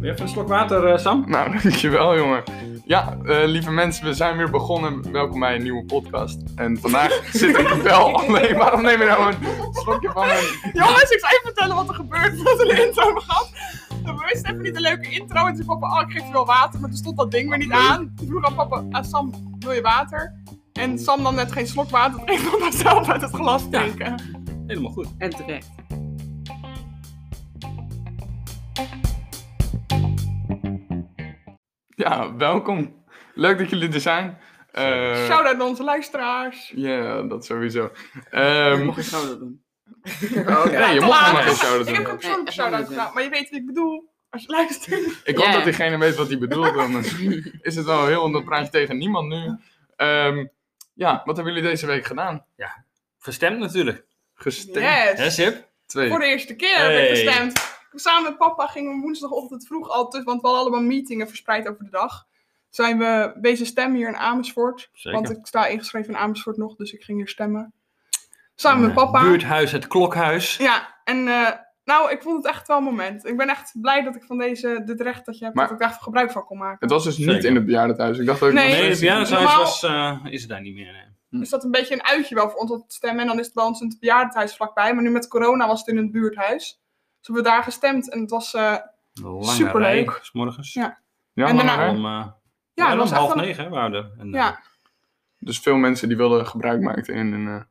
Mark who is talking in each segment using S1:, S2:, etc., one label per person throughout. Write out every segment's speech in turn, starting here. S1: Weer even een slok water, eh, Sam.
S2: Nou, dankjewel jongen. Ja, eh, lieve mensen, we zijn weer begonnen. Welkom bij een nieuwe podcast. En vandaag zit ik wel alleen. Waarom neem je nou een slokje van mijn...
S3: Jongens, ik zal even vertellen wat er gebeurt voordat we de intro begon. We wisten even niet een leuke intro. En toen zei papa, oh, ik geef je wel water. Maar toen stond dat ding weer niet aan. Toen vroeg aan papa, ah, Sam, wil je water? En Sam nam net geen slok water. Ik ging papa zelf uit het glas drinken.
S1: Helemaal goed.
S4: En terecht.
S2: Ja, welkom. Leuk dat jullie er zijn. Eh,
S3: Shout-out naar onze luisteraars.
S2: Ja, dat sowieso. Ehm
S4: Mocht ik zo dat doen? Oh,
S2: nee, je
S3: te
S2: mocht
S3: laat.
S2: maar geen shout-out
S3: Ik heb ook
S2: doen.
S3: persoonlijke shout-out gedaan. Maar je weet wat ik bedoel. Als je luistert.
S2: Ik hoop
S4: Ja,
S2: dat
S4: ja.
S2: diegene weet wat hij bedoelt. Dan is het wel heel een praatje tegen niemand nu. Ehm, ja, wat hebben jullie deze week gedaan?
S1: Gestemd natuurlijk.
S2: Gestemd.
S1: Hè,
S3: Yes.
S1: Sip?
S2: Twee.
S3: Voor de eerste keer heb
S1: Hey.
S3: ik gestemd. Samen met papa gingen we woensdagochtend vroeg al, tussen, want we hadden allemaal meetingen verspreid over de dag. Zijn we bezig stemmen hier in Amersfoort.
S1: Zeker.
S3: Want ik sta ingeschreven in Amersfoort nog, dus ik ging hier stemmen. Samen met papa.
S1: Het buurthuis, het klokhuis.
S3: Ja, en eh, nou, ik vond het echt wel een moment. Ik ben echt blij dat ik van deze, dit recht dat je hebt,
S2: Maar-
S3: dat ik daar gebruik van kon maken.
S2: Het was dus niet
S1: Zeker.
S2: in het bejaardentehuis. Ik dacht dat ik
S3: Nee,
S2: nog
S1: Nee,
S2: steeds-
S1: het bejaardenhuis
S3: Normaal-
S1: was, eh, is er daar niet meer. nee.
S3: Dus dat een beetje een uitje wel voor ons om te stemmen. En dan is het bij ons in het bejaardentehuis vlakbij. Maar nu met corona was het in het buurthuis. Dus we hebben daar gestemd en het was... eh,
S1: Lange
S3: Superleuk.
S1: rij, 's morgens.
S3: Ja.
S2: Ja,
S3: En
S2: maar
S3: daarna-
S2: hè?
S1: Om, eh,
S3: ja,
S1: om
S3: dat was echt
S1: half
S3: wel-
S1: negen hè, waren er. En, eh,
S3: Ja.
S2: Dus veel mensen die wilden gebruik maakten in, hun, eh,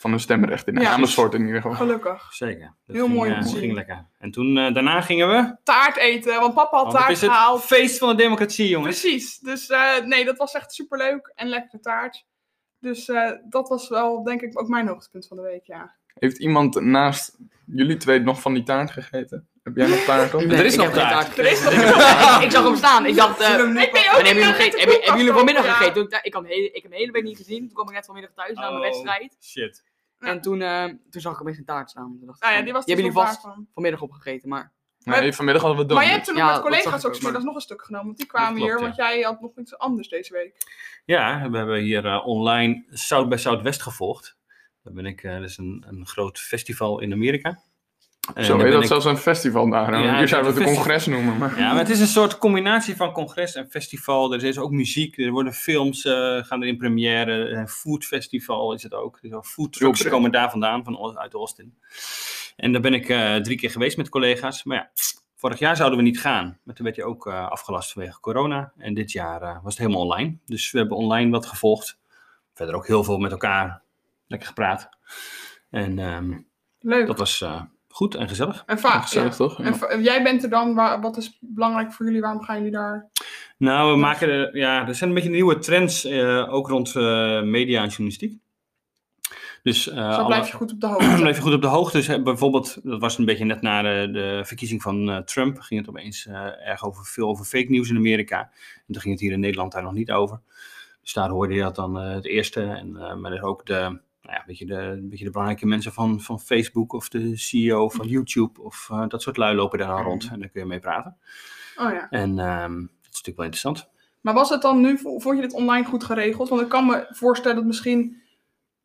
S2: van hun stemrecht. In
S3: Ja.
S2: Amersfoort in ieder geval.
S3: Gelukkig.
S1: Zeker. Dat
S3: Heel
S1: ging,
S3: mooi om
S1: eh,
S3: te zien.
S1: ging lekker. En toen, eh, daarna gingen we...
S3: Taart eten, want papa had
S1: want het
S3: taart
S1: is het
S3: gehaald.
S1: feest van de democratie, jongens.
S3: Precies. Dus eh, nee, dat was echt superleuk en lekkere taart. Dus eh, dat was wel, denk ik, ook mijn hoogtepunt van de week, ja.
S2: Heeft iemand naast jullie twee nog van die taart gegeten? Heb jij nog taart op?
S4: Nee,
S1: er is
S4: ik
S1: nog
S4: heb geen
S1: taart.
S4: gegeten.
S3: Er is nog
S4: Ik zag hem staan. Ik dacht, eh,
S3: Ik ben ook
S4: wanneer hebben jullie
S3: niet
S4: hem
S3: uit de
S4: gegeten? Hebben-
S3: koelkast
S4: Hebben jullie vanmiddag
S3: gehaald, ja.
S4: gegeten? Toen Ik, dacht, ik, had hele, ik heb hem de hele week niet gezien. Toen kwam ik net vanmiddag thuis na mijn
S1: Oh.
S4: wedstrijd.
S1: Shit.
S4: En toen, eh, toen zag ik opeens een taart staan. Toen dacht ik,
S3: Nou ja,
S4: van,
S3: die was
S4: hebben
S3: dus
S4: jullie
S3: wel
S4: vast
S3: daarvan.
S4: vanmiddag opgegeten. Maar
S2: Nee, vanmiddag hadden we het
S3: Maar je hebt toen nog
S4: Ja,
S3: met
S4: dat zag
S3: collega's
S4: ik ook,
S3: ook smiddags nog een stuk genomen. Want die kwamen
S1: Dat klopt,
S3: hier,
S1: ja.
S3: want jij had nog iets anders deze week.
S1: Ja, we hebben hier eh, online South bij Southwest gevolgd. Daar ben ik, eh, dat is een, een groot festival in Amerika. En
S2: Zo heet
S1: daar Eh, ben
S2: dat
S1: ik-
S2: zelfs een festival daar.
S1: Ja,
S2: Hier zouden we het een
S1: festival.
S2: congres noemen. Maar...
S1: Ja, maar het is een soort combinatie van congres en festival. Er is ook muziek, er worden films, eh, gaan er in première. Een foodfestival is het ook. Dus wel food
S2: Heel
S1: trucks
S2: breed.
S1: komen daar vandaan, van, Au- uit Austin. En daar ben ik eh, drie keer geweest met collega's. Maar ja, vorig jaar zouden we niet gaan. Maar toen werd je ook eh, afgelast vanwege corona. En dit jaar eh, was het helemaal online. Dus we hebben online wat gevolgd. Verder ook heel veel met elkaar lekker gepraat. En ehm,
S3: Leuk.
S1: dat was eh, goed en gezellig.
S3: En vaak.
S2: Gezellig,
S3: ja.
S2: toch? Ja.
S3: En va- en jij bent er dan, wa- wat is belangrijk voor jullie? Waarom gaan jullie daar?
S1: Nou, we maken er, ja, er zijn een beetje nieuwe trends, eh, ook rond eh, media en journalistiek. Dus, eh,
S3: Zo
S1: alle-
S3: blijf je goed op de
S1: dan
S3: hoogte.
S1: blijf je goed op de hoogte. Dus eh, bijvoorbeeld, dat was een beetje net na de, de verkiezing van eh, Trump, ging het opeens eh, erg over, veel over fake nieuws in Amerika. En toen ging het hier in Nederland daar nog niet over. Dus daar hoorde je dat dan eh, het eerste. En, eh, maar er ook de, nou ja, een, beetje de, een beetje de belangrijke mensen van, van Facebook of de CEO van YouTube of eh, dat soort lui lopen daar dan rond. En daar kun je mee praten.
S3: Oh ja.
S1: En ehm, dat is natuurlijk wel interessant.
S3: Maar was het dan nu, vo- vond je dit online goed geregeld? Want ik kan me voorstellen dat misschien,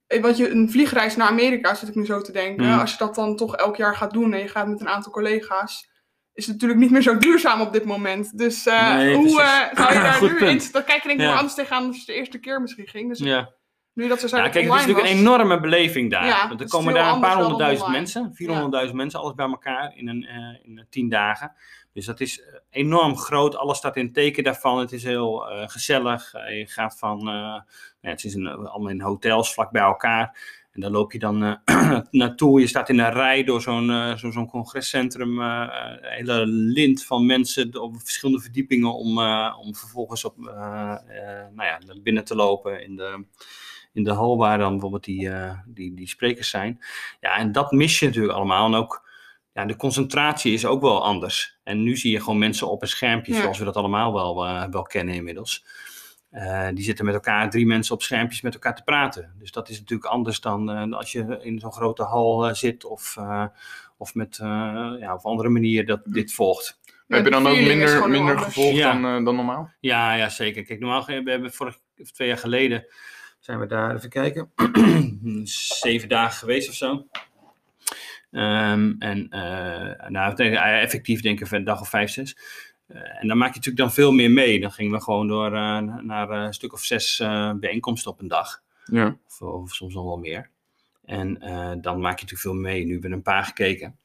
S3: eh, want je, een vliegreis naar Amerika zit ik nu zo te denken.
S1: Mm.
S3: Als je dat dan toch elk jaar gaat doen en je gaat met een aantal collega's, is het natuurlijk niet meer zo duurzaam op dit moment. Dus eh,
S1: Nee,
S3: hoe
S1: precies.
S3: eh, zou je daar
S1: Goed
S3: nu
S1: punt.
S3: in? Dan kijk je denk ik
S1: Ja.
S3: wel anders tegenaan dan als je de eerste keer misschien ging. Dus
S1: Ja.
S3: nu dat ze
S1: Ja,
S3: zijn
S1: kijk, het is natuurlijk een enorme beleving daar.
S3: Ja,
S1: Want
S3: dat
S1: er
S3: is
S1: komen
S3: heel
S1: daar een
S3: anders
S1: paar
S3: dan
S1: honderdduizend
S3: online.
S1: mensen, 400.000 mensen, alles bij elkaar in, een, eh, in een tien dagen. Dus dat is eh, enorm groot. Alles staat in het teken daarvan. Het is heel eh, gezellig. Eh, je gaat van, eh, nou ja, het is in, allemaal in hotels vlak bij elkaar. En daar loop je dan eh, naartoe. Je staat in een rij door zo'n eh, zo- zo'n congrescentrum. eh, een hele lint van mensen op verschillende verdiepingen. Om, eh, om vervolgens op, eh, eh, nou ja, naar binnen te lopen in de, in de hal waar dan bijvoorbeeld die, eh, die, die sprekers zijn. Ja, en dat mis je natuurlijk allemaal. En ook ja, de concentratie is ook wel anders. En nu zie je gewoon mensen op een schermpje,
S3: Ja.
S1: zoals we dat allemaal wel, eh, wel kennen inmiddels. Eh, die zitten met elkaar, drie mensen op schermpjes met elkaar te praten. Dus dat is natuurlijk anders dan eh, als je in zo'n grote hal eh, zit of, eh, of met, eh, ja, op andere manier dat, dit volgt.
S2: Heb je dan ook minder, minder
S3: gevoel?
S2: gevolg
S1: Ja.
S2: dan, eh, dan normaal?
S1: Ja, ja, zeker. Kijk, normaal ge- we hebben vorig of twee jaar geleden zijn we daar even kijken zeven dagen geweest of zo. Ehm, en eh, nou, tegen- eh, effectief denk ik een dag of vijf, zes. Eh, en dan maak je natuurlijk dan veel meer mee. Dan gingen we gewoon door eh, naar eh, een stuk of zes eh, bijeenkomsten op een dag.
S2: Ja.
S1: Of, of soms nog wel meer. En eh, dan maak je natuurlijk veel mee. Nu hebben we een paar gekeken.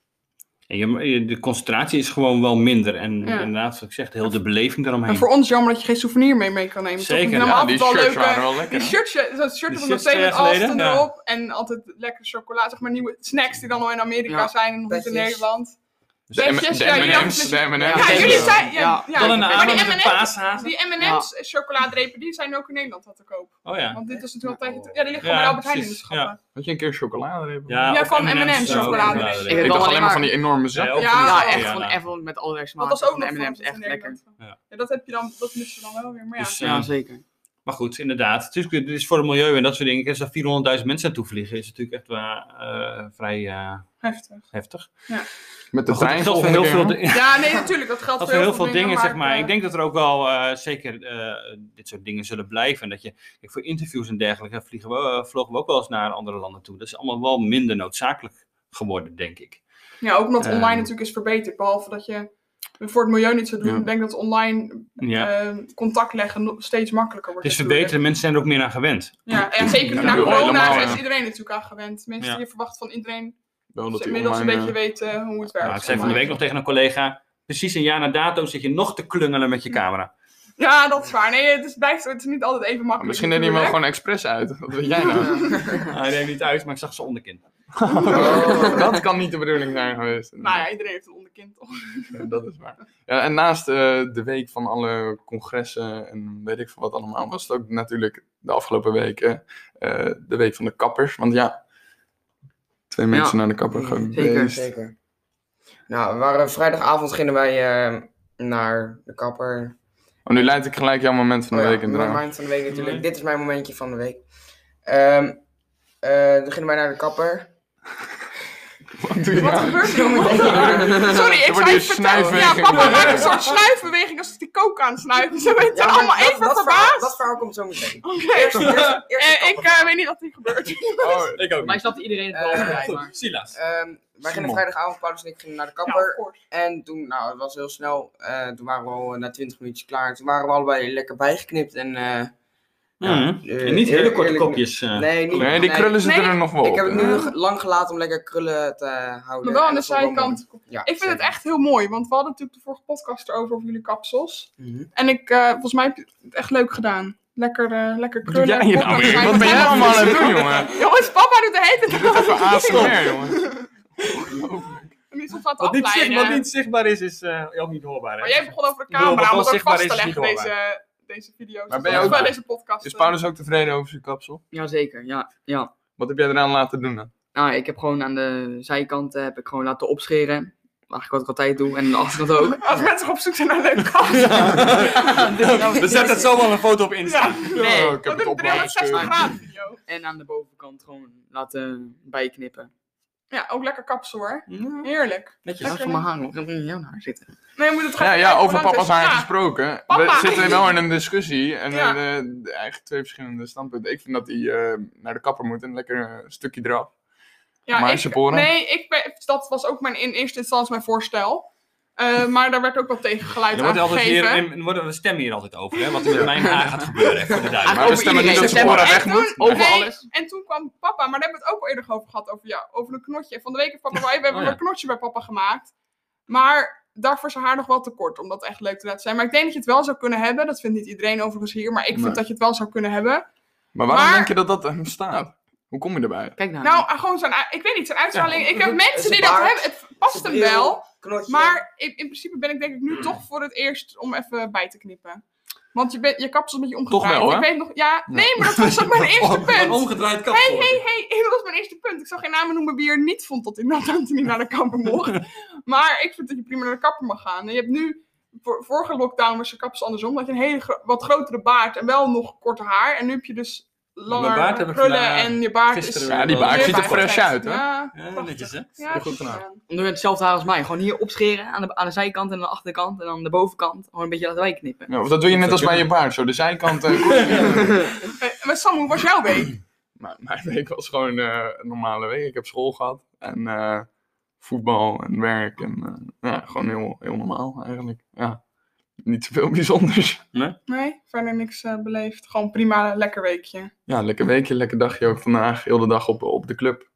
S1: En je, je- de concentratie is gewoon wel minder. En
S3: Ja.
S1: inderdaad, wat ik zeg, heel de beleving
S3: En
S1: daaromheen.
S3: voor ons jammer dat je geen souvenir mee, mee kan nemen. toch?
S1: Zeker,
S3: Ik vind
S1: ja,
S3: hem
S2: Ja,
S3: altijd
S2: die
S3: wel
S2: shirts
S3: leuk, eh, hè?
S2: waren wel lekker.
S3: Die
S2: hè?
S3: shirtje, zo'n shirt
S1: Die
S3: was nog
S1: shirts
S3: steeds met
S1: twee jaar geleden,
S3: afstand
S1: ja.
S3: erop. En altijd lekkere chocola, zeg maar nieuwe snacks die dan al in Amerika
S4: Ja,
S3: zijn en nog niet in
S4: petjes.
S3: Nederland.
S1: Dus
S2: De M-
S3: Petjes,
S2: de
S3: ja, jullie
S2: M&M's, de
S3: hadden-
S2: M&M's.
S3: Ja, jullie zijn... Ja,
S4: Ja.
S3: ja,
S1: Dan een
S4: maar die
S1: avond met een
S3: M&M's
S1: paashazen.
S3: Die M&M's chocoladrepen, die zijn ook in Nederland al te koop.
S1: Oh ja.
S3: Want dit is natuurlijk al tegen...
S4: Oh.
S3: Ja, die liggen gewoon
S1: Ja,
S3: bij Albert Heijn in de
S1: precies,
S3: schappen.
S2: Had je een keer chocoladereep?
S3: Ja,
S1: of
S3: van
S1: M&M's
S3: M&M's
S1: zou-
S3: chocolade.
S1: ja,
S4: Ik heb
S2: Ik
S4: wel
S2: dacht
S4: alleen
S2: alleen maar
S4: maar-
S2: van die enorme
S1: Ja,
S2: zakken.
S1: ook
S3: Ja,
S1: van die-
S4: Ja,
S3: ja,
S4: echt
S1: nou.
S4: van Evelyn met allerlei
S3: Want
S4: smaken.
S3: dat is ook nog
S4: van de M&M's,
S3: voorbeeld in
S4: echt lekker.
S3: Nederland.
S1: Ja.
S3: Ja, dat heb je dan... Dat mis je dan wel weer, maar ja.
S1: Dus, eh,
S4: Ja, zeker.
S1: Maar goed, inderdaad. Het is, het is voor het milieu en dat soort dingen. Als er 400.000 mensen naartoe vliegen, is het natuurlijk echt wel, eh, vrij eh,
S3: Heftig.
S1: heftig.
S2: Met de
S1: Maar goed,
S2: trein
S1: dat geldt voor heel veel, di-
S3: Ja, nee, natuurlijk. Dat geldt
S1: dat
S3: voor
S1: voor heel veel dingen, zeg maar.
S3: eh,
S1: Ik denk dat er ook wel eh, zeker eh, dit soort dingen zullen blijven. En dat je kijk, voor interviews en dergelijke vliegen we, eh, vlogen we ook wel eens naar andere landen toe. Dat is allemaal wel minder noodzakelijk geworden, denk ik.
S3: Ja, ook omdat online
S1: Ehm.
S3: natuurlijk is verbeterd. Behalve dat je voor het milieu niet zou doen.
S2: Ja.
S3: Ik denk dat online
S1: Ja.
S3: eh, contact leggen nog steeds makkelijker
S1: het
S3: wordt.
S1: is
S3: natuurlijk.
S1: verbeterd, mensen zijn er ook meer aan gewend.
S3: Ja, en zeker
S2: Ja,
S3: na
S2: dat
S3: corona
S2: helemaal,
S3: is
S2: ja.
S3: iedereen natuurlijk aan gewend. Mensen
S1: Ja.
S3: je verwacht van iedereen
S2: Wel
S3: dat
S2: dat
S3: ze
S2: die
S3: inmiddels
S2: online,
S3: een beetje
S2: eh,
S3: weten hoe het werkt.
S1: Nou,
S3: zeg
S1: ik zei van de
S3: maar.
S1: week nog tegen een collega, precies een jaar na dato zit je nog te klungelen met je camera.
S3: Ja, dat is waar. Nee, het is, blijft, het is niet altijd even makkelijk.
S2: Nou, Misschien deed hij hem wel
S3: natuurlijk.
S2: gewoon expres uit. Wat weet jij nou?
S1: Hij neemt niet uit, maar ik zag ze onderkin.
S2: Oh, dat kan niet de bedoeling zijn geweest.
S3: Nou ja, iedereen heeft een onderkind toch?
S2: Ja, dat is waar. Ja, en naast eh, de week van alle congressen en weet ik veel wat allemaal, was het ook natuurlijk de afgelopen weken eh, de week van de kappers. Want ja, twee
S4: Ja.
S2: mensen naar de kapper
S4: Zeker,
S2: geweest.
S5: Zeker. Nou, we waren, vrijdagavond gingen wij eh, naar de kapper.
S2: Oh, nu leid ik gelijk jouw moment van de
S5: Oh ja,
S2: week in de
S5: mijn
S2: draad.
S5: moment van de week natuurlijk.
S1: Nee.
S5: Dit is mijn momentje van de week. Ehm eh, toen gingen wij naar de kapper.
S2: Wat doe je
S3: Wat
S2: nou?
S3: gebeurt er nou? Sorry, ik
S2: wordt
S3: zou
S2: hier
S3: je vertellen. Ja,
S2: snuifbeweging
S3: papa
S2: gemaakt.
S3: maakt een soort snuifbeweging alsof hij kook aan het snuiven. Ze weten
S5: maar
S3: allemaal
S5: dat-
S3: even
S5: dat verhaal-
S3: verbaasd.
S5: Dat verhaal komt zo meteen. Oh.
S3: Oké.
S5: Eerst- eerst- eerst de
S3: Eh, ik
S5: kapper.
S3: eh, weet niet wat hier gebeurt.
S2: Oh, ik ook
S4: Maar ik snapte iedereen het wel.
S5: Eh,
S4: vrij, maar-
S1: Goed, Silas.
S5: Ehm, wij gingen
S2: Simon.
S5: vrijdagavond, Paulus en ik gingen naar de
S3: Ja,
S5: kapper.
S3: of course.
S5: En toen, nou, het was heel snel. Eh, toen waren we al eh, na 20 minuutjes klaar. Toen waren we allebei lekker bijgeknipt. En, eh, ja, eh,
S1: En niet hele
S5: eer-
S1: korte
S5: eerlijk-
S1: kopjes. eh.
S5: Nee, niet,
S2: Nee, die krullen zitten
S3: Nee,
S2: er nog wel
S5: Ik heb
S2: op,
S5: het
S2: hè?
S5: nu ge- lang gelaten om lekker krullen te eh, houden.
S3: Maar wel aan de
S5: En dat is wel mooi.
S3: zijkant.
S5: Ja,
S3: Ik vind het
S5: zeker.
S3: echt heel mooi, want we hadden natuurlijk de vorige podcast erover over jullie kapsels.
S5: Mhm.
S3: En ik, eh, volgens mij heb je het echt leuk gedaan. Lekker, eh, lekker
S2: Wat doe
S3: krullen.
S2: jij hier nou
S3: podcast
S2: weer?
S3: zijn.
S2: Wat ben jij allemaal aan het doen, jongen?
S3: Jongens, papa doet de hele tijd.
S2: Even ASMR, jongen.
S3: En die is ons aan het afleiden.
S1: zichtbaar is, is eh, ook niet hoorbaar.
S3: Maar jij begon over de
S1: Ik bedoel, wat
S3: camera,
S1: wel
S3: om het ook
S1: zichtbaar
S3: vast te
S1: is, is niet
S3: leggen, deze, deze video's.
S2: Maar ben
S3: Of
S2: je ook-
S3: wel deze podcast. eh.
S2: Is Paulus ook tevreden over zijn kapsel?
S4: Ja, zeker. Ja, ja.
S2: Wat heb jij eraan laten doen dan?
S4: Nou, ik heb gewoon aan de zijkant eh, heb ik gewoon laten opscheren. Eigenlijk wat ik altijd doe. En aan de achterkant ook.
S3: Als mensen op zoek zijn naar leuke kapsels.
S2: Nou,
S1: We zetten zomaar een foto op
S3: Insta.
S4: Nee.
S2: Oh, ik
S3: Dat
S2: heb het
S3: is een
S2: op laten
S3: 360
S2: sturen.
S3: graden video.
S4: En aan de bovenkant gewoon laten bijknippen.
S3: Ja, ook lekker kapsel hoor. Heerlijk.
S4: Ja,
S1: Netjes.
S4: van mijn haar. Ik heb in jouw haar zitten.
S3: Nee, je moet het
S2: Ja,
S3: gaan
S2: ja, over papa's haar gesproken.
S3: Papa.
S2: We zitten wel in een discussie en
S3: Ja.
S2: eh, eh, eigenlijk twee verschillende standpunten. Ik vind dat hij eh, naar de kapper moet en lekker een stukje eraf.
S3: Ja,
S2: Maar
S3: ik-
S2: Sephora?
S3: Nee, ik, ben- dat was ook mijn, in eerste instantie mijn voorstel. Eh, maar daar werd ook wat tegengeluid
S1: Er
S3: aan
S1: wordt altijd hier,
S3: gegeven.
S1: en- en worden, we stemmen hier altijd over, hè, wat er met mijn haar gaat gebeuren. Even voor de duidelijkheid.
S2: Maar we
S4: over
S2: stemmen niet
S4: iedereen.
S2: dat
S4: We
S2: Sephora
S4: stemmen
S2: weg
S3: en
S2: moet.
S3: toen-
S4: Over
S3: nee,
S4: alles.
S3: En toen kwam papa, maar daar hebben we het ook al eerder over gehad, over jou, over een knotje. Van de week heeft papa, wij- we hebben
S1: Oh ja.
S3: een knotje bij papa gemaakt. Maar daarvoor is haar haar nog wel te kort, om dat echt leuk te laten zijn. Maar ik denk dat je het wel zou kunnen hebben. Dat vindt niet iedereen overigens hier, maar ik vind
S2: Nee.
S3: dat je het wel zou kunnen hebben.
S2: Maar waarom
S3: Maar-
S2: denk je dat dat hem staat? Hoe kom je erbij?
S4: Kijk naar
S3: Nou, gewoon zijn, uit- ik weet niet, zijn uitstraling. ik heb
S5: het-
S3: mensen
S5: zijn
S3: die dat
S5: baard,
S3: hebben, het past hem
S5: Zijn bril,
S3: wel.
S5: knotje.
S3: Maar in, in principe ben ik denk ik nu toch voor het eerst om even bij te knippen. Want je, bent je kapsel met je omgedraaid.
S2: wel, hè? Oh,
S3: Ik weet nog, ja, nee, maar dat was ook mijn eerste punt.
S1: omgedraaid
S3: Hé, hé, hé, dat was mijn eerste punt. Ik zal geen namen noemen wie er niet vond dat ik nou dat niet naar de kapper mocht. Maar ik vind dat je prima naar de kapper mag gaan. En je hebt nu, voor, vorige lockdown was je kapsel andersom. Dat je een hele gro- wat grotere baard en wel nog korter haar. En nu heb je dus langer
S1: baard heb ik
S3: krullen
S1: vandaag-
S3: en je baard is...
S1: gisteren weer.
S2: Ja, die
S1: Maar
S2: baard
S3: weer
S2: ziet er
S3: bij-
S2: fresh uit, hè?
S3: Ja, prachtig.
S1: netjes, hè?
S3: Ja,
S2: Goed gedaan.
S3: gedaan.
S4: Dan doe je hetzelfde haar als mij. Gewoon hier opscheren. Aan de, aan de zijkant en aan de achterkant. En aan de bovenkant. Gewoon een beetje laten bijknippen.
S2: Ja, of dat doe je net als bij je baard, zo de zijkant. eh, kort.
S3: Eh, Maar Sam, hoe was jouw week?
S2: Maar mijn week was gewoon eh, een normale week. Ik heb school gehad en eh, voetbal en werk. En eh, ja, gewoon heel, heel normaal eigenlijk. Ja, niet zoveel bijzonders.
S3: Nee, verder niks eh, beleefd. Gewoon prima, lekker weekje.
S2: Ja, lekker weekje, lekker dagje ook vandaag. Heel de dag op, op de club.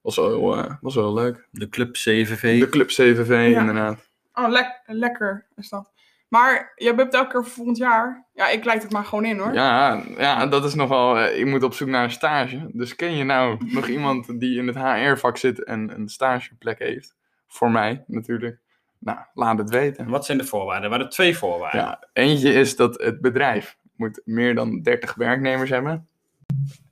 S2: Was wel, heel, eh, was wel heel leuk.
S1: De Club CVV.
S2: De club CVV
S3: Ja.
S2: inderdaad.
S3: Oh, lek- lekker is dat. Maar je hebt elke keer voor volgend jaar. Ja, ik leid het maar gewoon in hoor.
S2: Ja, ja, dat is nogal. eh, Ik moet op zoek naar een stage. Dus ken je nou nog iemand die in het HR-vak zit en een stageplek heeft? Voor mij natuurlijk. Nou, laat het weten.
S1: En Wat zijn de voorwaarden? Er waren twee voorwaarden.
S2: Ja, eentje is dat het bedrijf moet meer dan 30 werknemers hebben.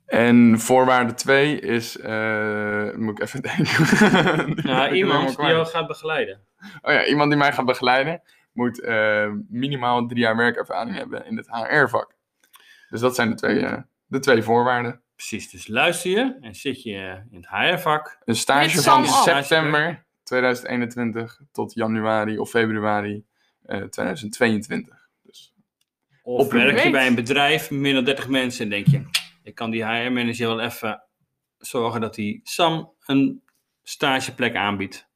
S2: En voorwaarde 2 is, eh, moet ik even denken. Die ben ik
S1: Nou,
S2: helemaal
S1: iemand die
S2: kwijt.
S1: jou gaat begeleiden.
S2: Oh ja, iemand die mij gaat begeleiden moet eh, minimaal drie jaar werkervaring hebben in het HR-vak. Dus dat zijn de twee, eh, de twee voorwaarden.
S1: Precies, dus luister je en zit je in het HR-vak.
S2: Een stage
S3: Dit
S2: van
S3: zal al.
S2: september 2021 tot januari of februari eh, 2022. Dus
S1: Of
S2: Op een
S1: werk je
S3: week.
S1: bij een bedrijf, meer dan 30 mensen, en denk je, ik kan die HR-manager wel even zorgen dat die Sam een stageplek aanbiedt.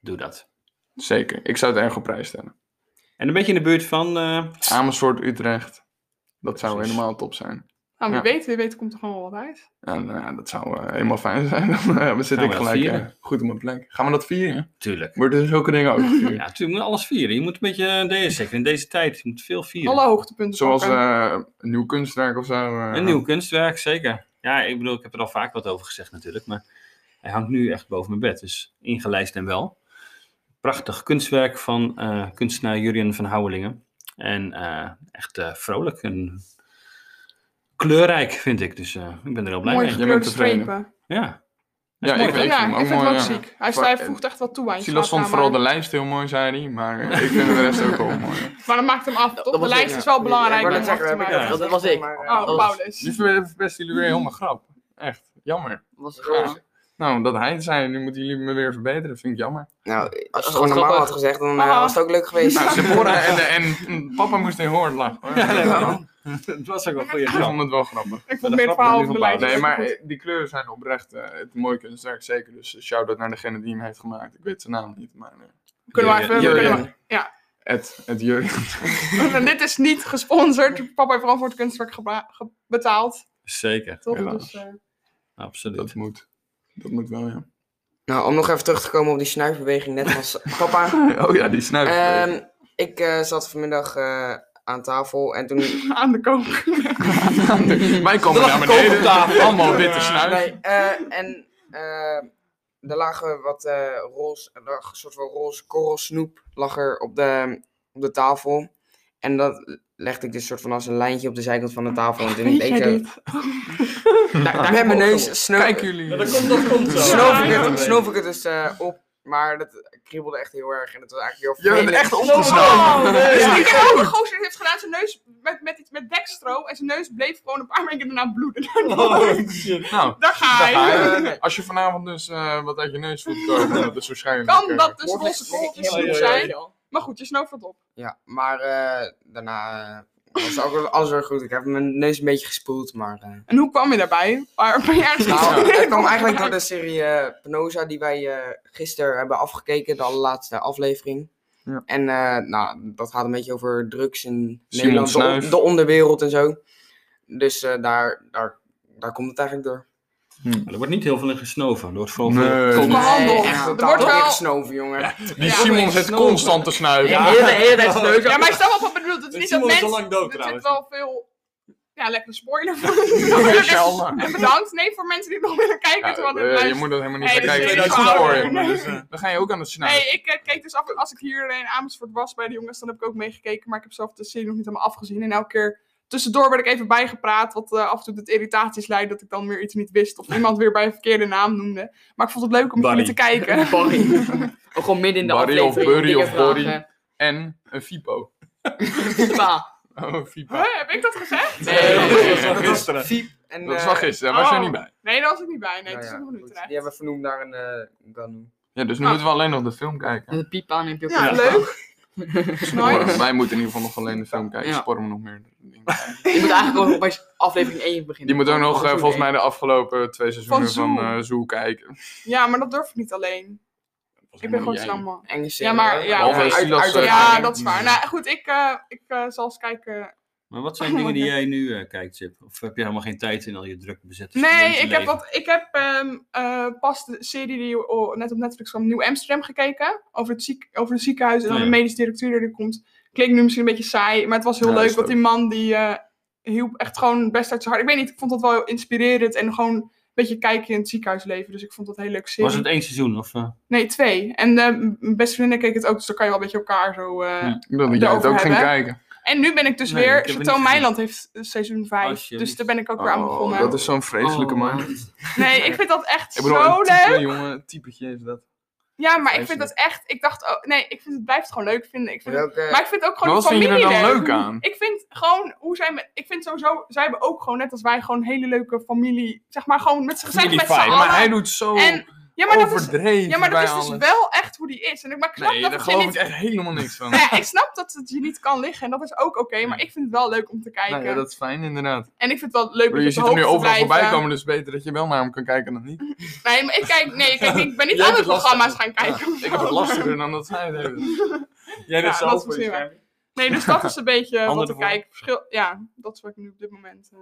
S1: Doe dat.
S2: zeker, ik zou het erg op prijs stellen.
S1: En een beetje in de buurt van, eh,
S2: Amersfoort, Utrecht. Dat zou
S1: Precies.
S2: helemaal top zijn.
S3: Nou, wie
S2: Ja.
S3: weet, wie weet komt er gewoon wel wat uit.
S2: En eh, dat zou eh, helemaal fijn zijn. Dan eh, zit
S1: Gaan
S2: ik
S1: we dat
S2: gelijk
S1: vieren?
S2: eh, goed op mijn plek. Gaan we dat vieren?
S1: tuurlijk.
S2: Wordt er zulke dingen ook gevierd?
S1: Ja, natuurlijk, je moet alles vieren. Je moet een beetje, eh, deze, zeker in deze tijd, je moet veel vieren.
S3: Alle hoogtepunten.
S2: Zoals
S3: pakken.
S2: eh, een nieuw kunstwerk of zo. eh,
S1: Een nieuw kunstwerk, zeker. Ja, ik bedoel, ik heb er al vaak wat over gezegd natuurlijk, maar hij hangt nu echt boven mijn bed, dus ingelijst en wel. Prachtig kunstwerk van eh, kunstenaar Jurjen van Houwelingen. En eh, echt eh, vrolijk en kleurrijk, vind ik. Dus eh, ik ben er heel blij
S3: Mooi
S2: bent
S1: mee.
S3: gekleurde
S2: tevreden.
S3: strepen.
S1: Ja.
S2: Ja, ik,
S3: Mooi.
S2: ik vind
S3: ja,
S2: hem ook
S3: ik vind
S2: mooi.
S3: het
S2: ja.
S3: ook ziek. Hij,
S2: Maar,
S3: hij
S2: eh,
S3: voegt echt wat toe aan je
S2: Silas vond
S3: slaapkamer.
S2: vooral de lijst heel mooi, zei hij. Maar eh, ik vind de rest ook wel mooi.
S3: Maar dat maakt hem af, toch?
S5: was
S3: de
S5: ik,
S3: lijst
S5: ja.
S3: is wel belangrijk.
S5: Ik wou net
S3: om af
S5: zeggen,
S3: te
S5: heb ik
S3: maken.
S5: ook
S4: Ja, dat was
S5: gezegd,
S4: ik.
S5: maar, eh,
S3: Oh,
S4: dat was-
S3: Paulus.
S2: Je verpesten jullie weer helemaal grap. Echt, jammer.
S4: Was
S2: Ja. Nou, dat hij het zei, nu moeten jullie me weer verbeteren. Vind ik jammer.
S5: Nou, als je
S4: was
S5: het gewoon normaal
S4: grappig.
S5: had gezegd, dan eh,
S3: Ah.
S5: was het ook leuk geweest.
S2: Nou, Sephora en, en, en papa moest heel hard lachen. Hoor.
S1: Het was ook wel goede
S2: Ik vond het wel grappig.
S3: Ik
S1: dat
S3: vond meer het
S1: grappig
S3: verhaal
S1: nu
S3: over de
S1: van
S3: lijst.
S1: Paulus.
S2: Nee, maar eh, die kleuren zijn oprecht eh, het mooie kunstwerk, zeker. Dus eh, shout-out naar degene die hem heeft gemaakt. Ik weet zijn naam niet, maar... eh,
S3: Kunnen we
S1: Ja,
S3: even...
S2: ja,
S3: kunnen
S2: ja.
S3: we-
S2: Ed, Ed Jurgen.
S3: En dit is niet gesponsord. Papa heeft gewoon voor het kunstwerk gebra- ge- betaald.
S1: Zeker,
S3: Toch?
S2: Helaas.
S3: Dus, eh,
S1: absoluut.
S2: Dat moet. Dat moet wel, ja.
S5: Nou, om nog even terug te komen op die snuifbeweging, net als papa.
S2: Oh ja, die snuif.
S5: Ehm, ik eh, zat vanmiddag eh, aan tafel en toen...
S3: aan de kook.
S2: Wij komen naar beneden. Allemaal witte snuif.
S5: Nee, eh, en eh, er lagen wat eh roze, er lag een soort van roze korrelsnoep lag er op de, op de tafel. En dat legde ik dus soort van als een lijntje op de zijkant van de tafel. En toen ik zo-
S4: Daar
S5: met mijn neus snoof,
S2: Kijk jullie.
S1: dat komt
S3: zo.
S5: snoof, ik,
S3: Ja,
S5: het, snoof ik het dus eh, op. Maar dat kriebelde echt heel erg en het was eigenlijk heel
S2: Je bent
S5: vervelend.
S2: echt op te snuiven.
S3: Dus
S2: Ja.
S3: die keer ook een gozer heeft gedaan, zijn neus met, met, iets- met dekstro. En zijn neus bleef gewoon een paar weken daarna bloeden.
S2: Nou,
S3: Daar ga
S2: daar ga je.
S3: je.
S5: Nee.
S2: als je vanavond dus eh, wat uit je neus voelt komen, dat is waarschijnlijk...
S3: Kan
S2: eh,
S3: dat dus
S5: Wordt
S3: roze
S5: het-
S3: kooltjes
S1: Ja, ja, ja,
S3: zijn? Maar goed, je snoof het op.
S5: Ja, maar eh, daarna eh, was ook alles weer goed. Ik heb mijn neus een beetje gespoeld, maar... eh,
S3: En hoe kwam je daarbij? Een paar, een paar jaar
S5: Nou,
S3: geleden.
S5: het kwam eigenlijk door de serie eh Penosa die wij eh, gisteren hebben afgekeken, de allerlaatste aflevering.
S2: Ja.
S5: En eh, nou, dat gaat een beetje over drugs in
S2: Simon
S5: Nederland, de,
S2: Snuif.
S5: on- de onderwereld en zo. Dus eh, daar, daar, daar komt het eigenlijk door.
S1: Er wordt niet heel veel in gesnoven. Er wordt vooral
S2: Nee.
S1: veel-
S2: Volgens mij-
S3: Handel.
S5: Nee, echt
S3: Er
S5: totaal
S3: wordt
S5: niet
S3: wel-
S5: gesnoven, jongen. Eh,
S2: Die
S3: Ja,
S2: Simon zit
S1: snoeven.
S2: constant te snuiven.
S5: Ja, heel de hele tijd sneuken.
S3: Ja, maar ik snap wel wat je bedoelt. Het is niet dat
S1: Simon is al
S3: mensen...
S1: lang dood,
S3: Er zit
S1: trouwens.
S3: wel veel... Ja, lekker spoiler voor.
S2: Sjaalman.
S3: En bedankt. Nee, voor mensen die nog willen kijken.
S2: Ja,
S3: terwijl dit
S2: eh, je
S3: luisteren.
S2: moet dat helemaal niet
S3: Nee,
S2: gaan kijken.
S3: dat
S2: Dat
S3: is
S2: is goed voor je.
S3: waar.
S2: maar dus, eh, Dan ga je ook aan het snuiven.
S3: Nee, ik eh, keek dus af. Als ik hier in Amersfoort was bij de jongens, dan heb ik ook meegekeken. Maar ik heb zelf de serie nog niet helemaal afgezien. En elke keer tussendoor werd ik even bijgepraat. Wat eh, af en toe tot irritaties leidde dat ik dan weer iets niet wist. Of iemand weer bij een verkeerde naam noemde. Maar ik vond het leuk om met
S1: Barry.
S3: jullie te kijken.
S4: Barry. Of gewoon midden in de
S2: Barry of
S4: aflevering.
S2: Burry
S4: dingen
S2: of Borry.
S4: vragen.
S2: En een Fipo.
S4: Pa.
S2: Oh, Fipo.
S3: Huh, heb ik dat gezegd?
S5: Nee, dat was-
S2: Ja,
S5: dat was
S1: gisteren.
S5: Fiep en,
S2: Dat
S5: eh,
S2: was gisteren, daar was jij
S3: oh.
S2: niet bij.
S3: Nee, daar was ik niet bij. Nee,
S5: nou
S3: het is
S5: ja,
S3: nog een minuut
S5: goed.
S3: terecht.
S5: Die hebben we vernoemd naar een eh Ganu.
S2: Ja, dus nu
S3: Ah.
S2: moeten we alleen nog de film kijken.
S4: En de piep aan heb je ook
S3: Ja,
S4: gedaan.
S3: leuk. Nice.
S2: Wij moeten in ieder geval nog alleen de film kijken.
S4: Ja.
S2: Spormen nog meer. dingen.
S4: Je moet eigenlijk gewoon bij aflevering 1 beginnen.
S2: Die moet ook nog, eh, volgens mij,
S4: Oké.
S2: de afgelopen twee seizoenen
S3: Van
S2: van,
S3: Zoo.
S2: eh Zoo kijken.
S3: Ja, maar dat durf ik niet alleen. Ik ben gewoon snel man.
S5: Enge
S3: Ja, maar- ja, Behalve
S2: als je dat zo-
S3: Ja,
S2: Ja,
S3: dat is waar. Nou goed, ik, eh, ik eh, zal eens kijken.
S1: Maar wat zijn dingen die jij nu eh, kijkt, Chip? Of heb je helemaal geen tijd in al je druk bezette
S3: Nee, ik
S1: studentenleven?
S3: heb, wat, ik heb ehm, eh, pas de serie die o- net op Netflix kwam, Nieuw Amsterdam, gekeken. Over het, ziek, over het ziekenhuis en dan
S1: Oh,
S3: de
S1: ja.
S3: medisch directeur die er komt. Klinkt nu misschien een beetje saai, maar het was heel
S2: Ja,
S3: leuk.
S2: is het
S3: Want die man die eh, hielp echt gewoon best uit zijn hart. Ik weet niet, ik vond dat wel heel inspirerend en gewoon een beetje kijken in het ziekenhuisleven. Dus ik vond dat een hele leuke serie.
S1: Was het één seizoen? Of, eh?
S3: Nee, twee. En eh, mijn beste vriendin keek het ook, dus dan kan je wel een beetje elkaar zo... eh,
S1: Ja.
S2: Ik dacht dat jij het
S3: Erover
S2: ook ging
S3: hebben.
S2: kijken.
S3: En nu ben ik dus
S1: Nee, ik
S3: weer.
S1: heb het
S3: Chateau
S1: niet gezien.
S3: Meiland heeft eh, seizoen 5.
S1: Alsjeblieft.
S3: Dus daar ben ik ook weer aan
S2: Oh,
S3: begonnen.
S2: dat is zo'n vreselijke
S4: Oh,
S2: man.
S4: man.
S3: Nee, ik vind dat echt
S2: Ik bedoel,
S3: zo
S2: een
S3: leuk.
S2: type, jongen, een typetje is dat.
S3: Ja, maar ik
S2: Vreselijk.
S3: vind dat echt. Ik dacht ook. Nee, ik vind het blijft gewoon leuk vinden. Ik vind het-
S5: Welke...
S3: maar ik vind ook gewoon
S2: Maar
S3: de
S2: wat vind je er
S3: familie
S2: dan
S3: leuk.
S2: leuk aan?
S3: Ik vind gewoon hoe zij met. Ik vind sowieso. Zij hebben ook gewoon net als wij gewoon een hele leuke familie. Zeg maar gewoon met z'n gezegd met z'n
S2: Ja,
S3: allen.
S2: maar hij doet zo
S3: en, ja, maar dat is,
S2: overdreven
S3: ja, maar dat
S2: bij
S3: is dus
S2: alles.
S3: wel echt hoe die is. En ik, maar ik snap
S2: Nee,
S3: dat
S2: daar
S3: het je
S2: geloof
S3: niet-
S2: ik echt helemaal niks van.
S3: Nou ja, ik snap dat het je niet kan liggen en dat is ook oké, maar ik vind het wel leuk om te kijken.
S2: Nou ja, dat is fijn inderdaad.
S3: En ik vind het wel leuk dat
S2: Je
S3: je
S2: ziet hem nu
S3: hoogte
S2: overal
S3: blijven.
S2: voorbij komen, dus beter dat je wel naar hem kan kijken dan niet.
S3: Nee, maar ik, kijk, nee, kijk, ik ben niet
S2: Jij
S3: alle
S2: hebt het
S3: programma's gaan
S2: lastiger.
S3: kijken. of
S2: Ik heb
S3: zo.
S2: het lastiger dan dat zij het hebben. Jij
S3: Ja,
S2: doet
S3: dat is
S2: zelf voor
S3: misschien
S2: je
S3: waar. Nee, dus dat is een beetje wat
S1: Andere
S3: ik
S1: vorm.
S3: kijk. Verschil, ja, dat is wat ik nu op dit moment... eh,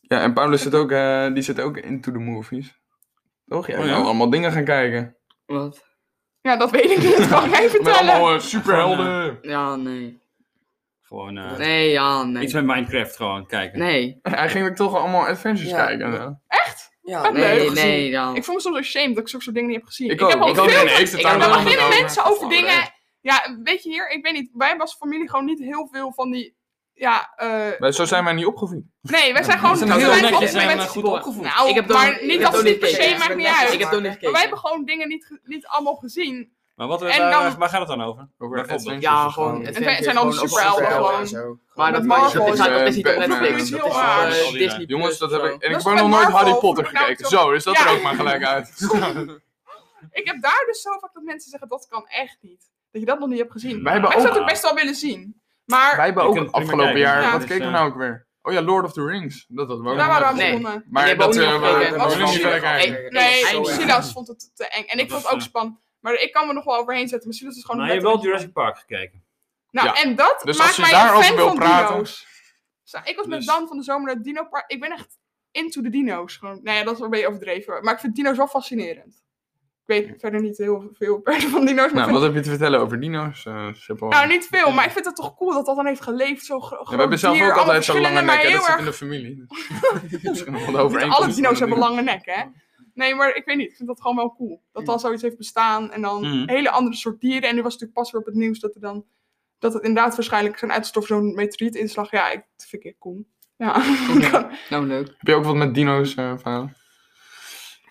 S2: Ja, en Paulus zit ook, eh, die zit ook into the movies. Toch? Ja,
S1: Oh, ja.
S2: allemaal dingen gaan kijken.
S4: Wat?
S3: Ja, dat weet ik niet. Dat kan ik niet
S2: Met
S3: vertellen.
S2: allemaal eh, superhelden.
S4: Ja, nee.
S1: Gewoon eh,
S4: Nee, ja, nee.
S1: iets met Minecraft gewoon kijken.
S4: Nee.
S2: Hij ging ook toch allemaal adventures
S5: Ja.
S2: kijken. hè?
S5: Ja,
S3: Wat
S5: nee,
S4: Nee,
S3: leuk.
S5: gezien.
S4: nee, ja.
S3: Ik voel me soms ashamed dat ik zulke soort dingen niet heb gezien.
S2: Ik ook.
S3: heb al
S2: Ik ook.
S3: veel
S2: Nee, nee, ik zit
S4: daar
S3: Dan
S4: wel
S3: beginnen
S2: over.
S3: mensen over
S2: Oh,
S3: dingen...
S2: nee.
S3: Ja, weet je hier, ik weet niet. Wij hebben als familie gewoon niet heel veel van die... Ja, eh,
S2: Maar Zo zijn wij niet opgevoed.
S3: nee, wij zijn gewoon...
S1: We zijn
S3: wij
S1: heel
S3: zijn
S1: netjes
S3: opgevoed
S1: en
S3: met-
S1: eh, goed opgevoed.
S3: Nou,
S4: Ik heb dan-
S3: maar
S4: ik
S3: niet
S4: heb
S3: dat
S4: dan
S3: niet
S4: niet
S3: per se,
S4: gekeken.
S3: maakt niet uit.
S4: Ik heb toen niet gekeken.
S3: Maar wij hebben gewoon dingen niet, ge- niet allemaal gezien.
S1: Maar wat, eh,
S3: En
S1: waar,
S3: dan-
S1: waar gaat het dan over?
S2: Over
S1: Bijvoorbeeld.
S2: adventures
S4: Ja,
S2: of zo.
S4: gewoon.
S5: Het
S3: zijn- het zijn allemaal superhelden gewoon.
S5: en zo.
S4: Maar dat,
S3: Met
S4: maakt- dat,
S3: Marvel
S4: is, dat is niet op
S2: en Batman.
S4: Netflix. Dat is op
S3: Ja.
S4: eh, Disney.
S2: Jongens, dat heb ik. En
S3: Dat
S2: ik
S3: is
S2: heb
S3: met
S2: nog nooit
S3: Marvel,
S2: Harry Potter
S3: vond ik nou
S2: gekeken.
S3: zo-
S2: Zo, is dat
S3: Ja.
S2: er ook maar gelijk uit.
S3: Ik heb daar dus zo vaak dat mensen zeggen dat kan echt niet. Dat je dat nog niet hebt gezien.
S2: Wij hebben
S3: Maar ik zou
S2: ook,
S3: het ook best wel willen zien. Maar
S2: wij hebben
S1: Je
S2: ook
S1: kunt prima
S2: afgelopen
S1: kijken.
S2: jaar.
S3: Ja,
S2: wat
S1: dus,
S2: keken we
S1: eh,
S2: nou ook weer? Oh ja, Lord of the Rings. Dat hadden we ook.
S3: daar
S2: nog
S3: waren we aan
S2: nooit
S4: Nee.
S2: gezien.
S3: begonnen.
S4: Die
S2: Maar
S4: hebben
S2: dat
S4: we ook niet
S2: eh, we-
S4: afgekeken.
S2: we willen niet
S3: Nee.
S2: verder kijken.
S4: Nee.
S3: Nee,
S4: Eindelijk.
S3: Silas vond het te eng. En ik vond het ook spannend. Maar ik kan me nog wel overheen zetten. Maar Silas is gewoon...
S1: eh, Maar je
S3: een
S1: hebt wel
S3: letter-
S1: Jurassic Park gekeken.
S3: Nou,
S2: Ja.
S3: en dat
S2: Dus
S3: maakt
S2: als je
S3: mij een
S2: daarover
S3: fan
S2: wil
S3: van
S2: praten-
S3: dino's. Zo, Ik was met
S1: Dus-
S3: Dan van de zomer naar het Dino Park. Ik ben echt into de dino's. Gewoon. Nou ja, dat is wel een beetje overdreven. Maar ik vind dino's wel fascinerend. Ik weet verder niet heel veel van dino's. Maar ik
S2: Nou,
S3: vind
S2: wat heb je te vertellen over dino's? Eh, Sippel?
S3: Nou, niet veel, maar ik vind het toch cool dat dat dan heeft geleefd. Zo gro-
S2: Ja,
S3: groot
S2: we hebben zelf
S3: dier,
S2: ook
S3: allemaal
S2: altijd zo'n lange
S3: verschillende,
S2: nek. hè,
S3: maar
S2: Dat
S3: heel
S2: zit in
S3: erg-
S2: de familie. Dus Misschien nog wel over
S3: Alle dino's hebben lange nek, hè? Nee, maar ik weet niet. Ik vind dat gewoon wel cool. Dat dan zoiets heeft bestaan en dan
S1: Mm.
S3: een hele andere soort dieren. En nu was natuurlijk pas weer op het nieuws dat er dan... Dat het inderdaad waarschijnlijk zo'n uitstof, zo'n meteorietinslag. Ja, ik, dat vind ik cool. Ja.
S4: Nou, leuk.
S2: Heb je ook wat met dino's eh, verhalen?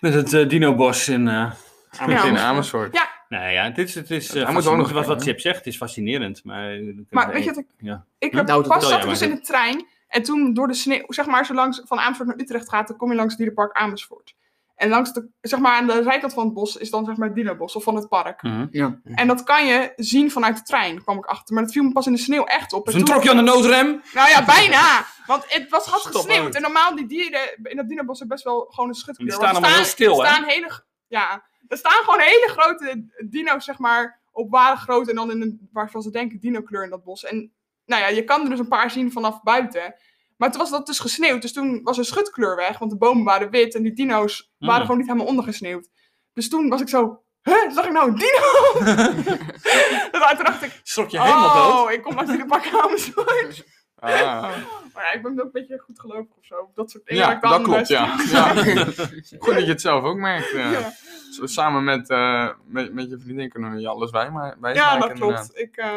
S1: Met het eh, Dino-bos in... eh
S3: Ja.
S2: In
S1: Amersfoort.
S2: Amersfoort.
S1: Nou ja, dit is, het is
S2: Hij
S1: eh,
S2: moet ook
S1: fascinerend.
S2: nog
S1: wat, wat
S2: kijken,
S1: Chip zegt. Het is fascinerend. Maar, eh, we
S3: maar
S1: kunnen
S3: weet je wat ik...
S1: Ja.
S3: Ik
S1: Nou,
S3: heb
S4: dat
S3: pas
S1: vertel
S3: zat
S1: jij
S3: ik
S1: maar
S3: dus in de trein. En toen door de sneeuw, zeg maar, zolang van Amersfoort naar Utrecht gaat, dan kom je langs Dierenpark Amersfoort. En langs de, zeg maar, aan de zijkant van het bos is dan zeg maar het Dinobos of van het park.
S1: Mhm.
S3: En dat kan je zien vanuit de trein, kwam ik achter. Maar dat viel me pas in de sneeuw echt op. En
S1: Zo'n
S3: toen-
S1: trokje aan de noodrem.
S3: Nou ja, bijna. Want het was, had
S2: Stop
S3: gesneeuwd.
S2: uit.
S3: En normaal die dieren in dat dinobos hebben best wel gewoon een schutkleur.
S1: Die
S3: Want
S1: staan allemaal heel stil,
S3: er
S1: hè?
S3: staan hele, g- Ja, er staan gewoon hele grote dino's, zeg maar, op ware grootte. En dan in een, waarvan ze denken, dino-kleur in dat bos. En nou ja, je kan er dus een paar zien vanaf buiten. Maar toen was dat dus gesneeuwd. Dus toen was er schutkleur weg, want de bomen waren wit. En die dino's waren
S1: Mm.
S3: gewoon niet helemaal ondergesneeuwd. Dus toen was ik zo... Huh, zag ik nou een dino? En toen dacht ik,
S1: Schrok je helemaal dood.
S3: oh, ik kom langs die pak Amersfoort.
S2: Ah.
S3: Maar ja, ik ben ook een beetje goed gelovig of zo. Dat soort dingen.
S2: Ja,
S3: maakt dan
S2: dat klopt,
S3: best-
S2: ja. ja. Goed dat je het zelf ook merkt. ja.
S3: Ja,
S2: Zo Samen met, eh, met, met je vriendin kunnen we je alles wij, maar, wij
S3: Ja, dat
S2: maken, inderdaad.
S3: klopt. Ik, eh,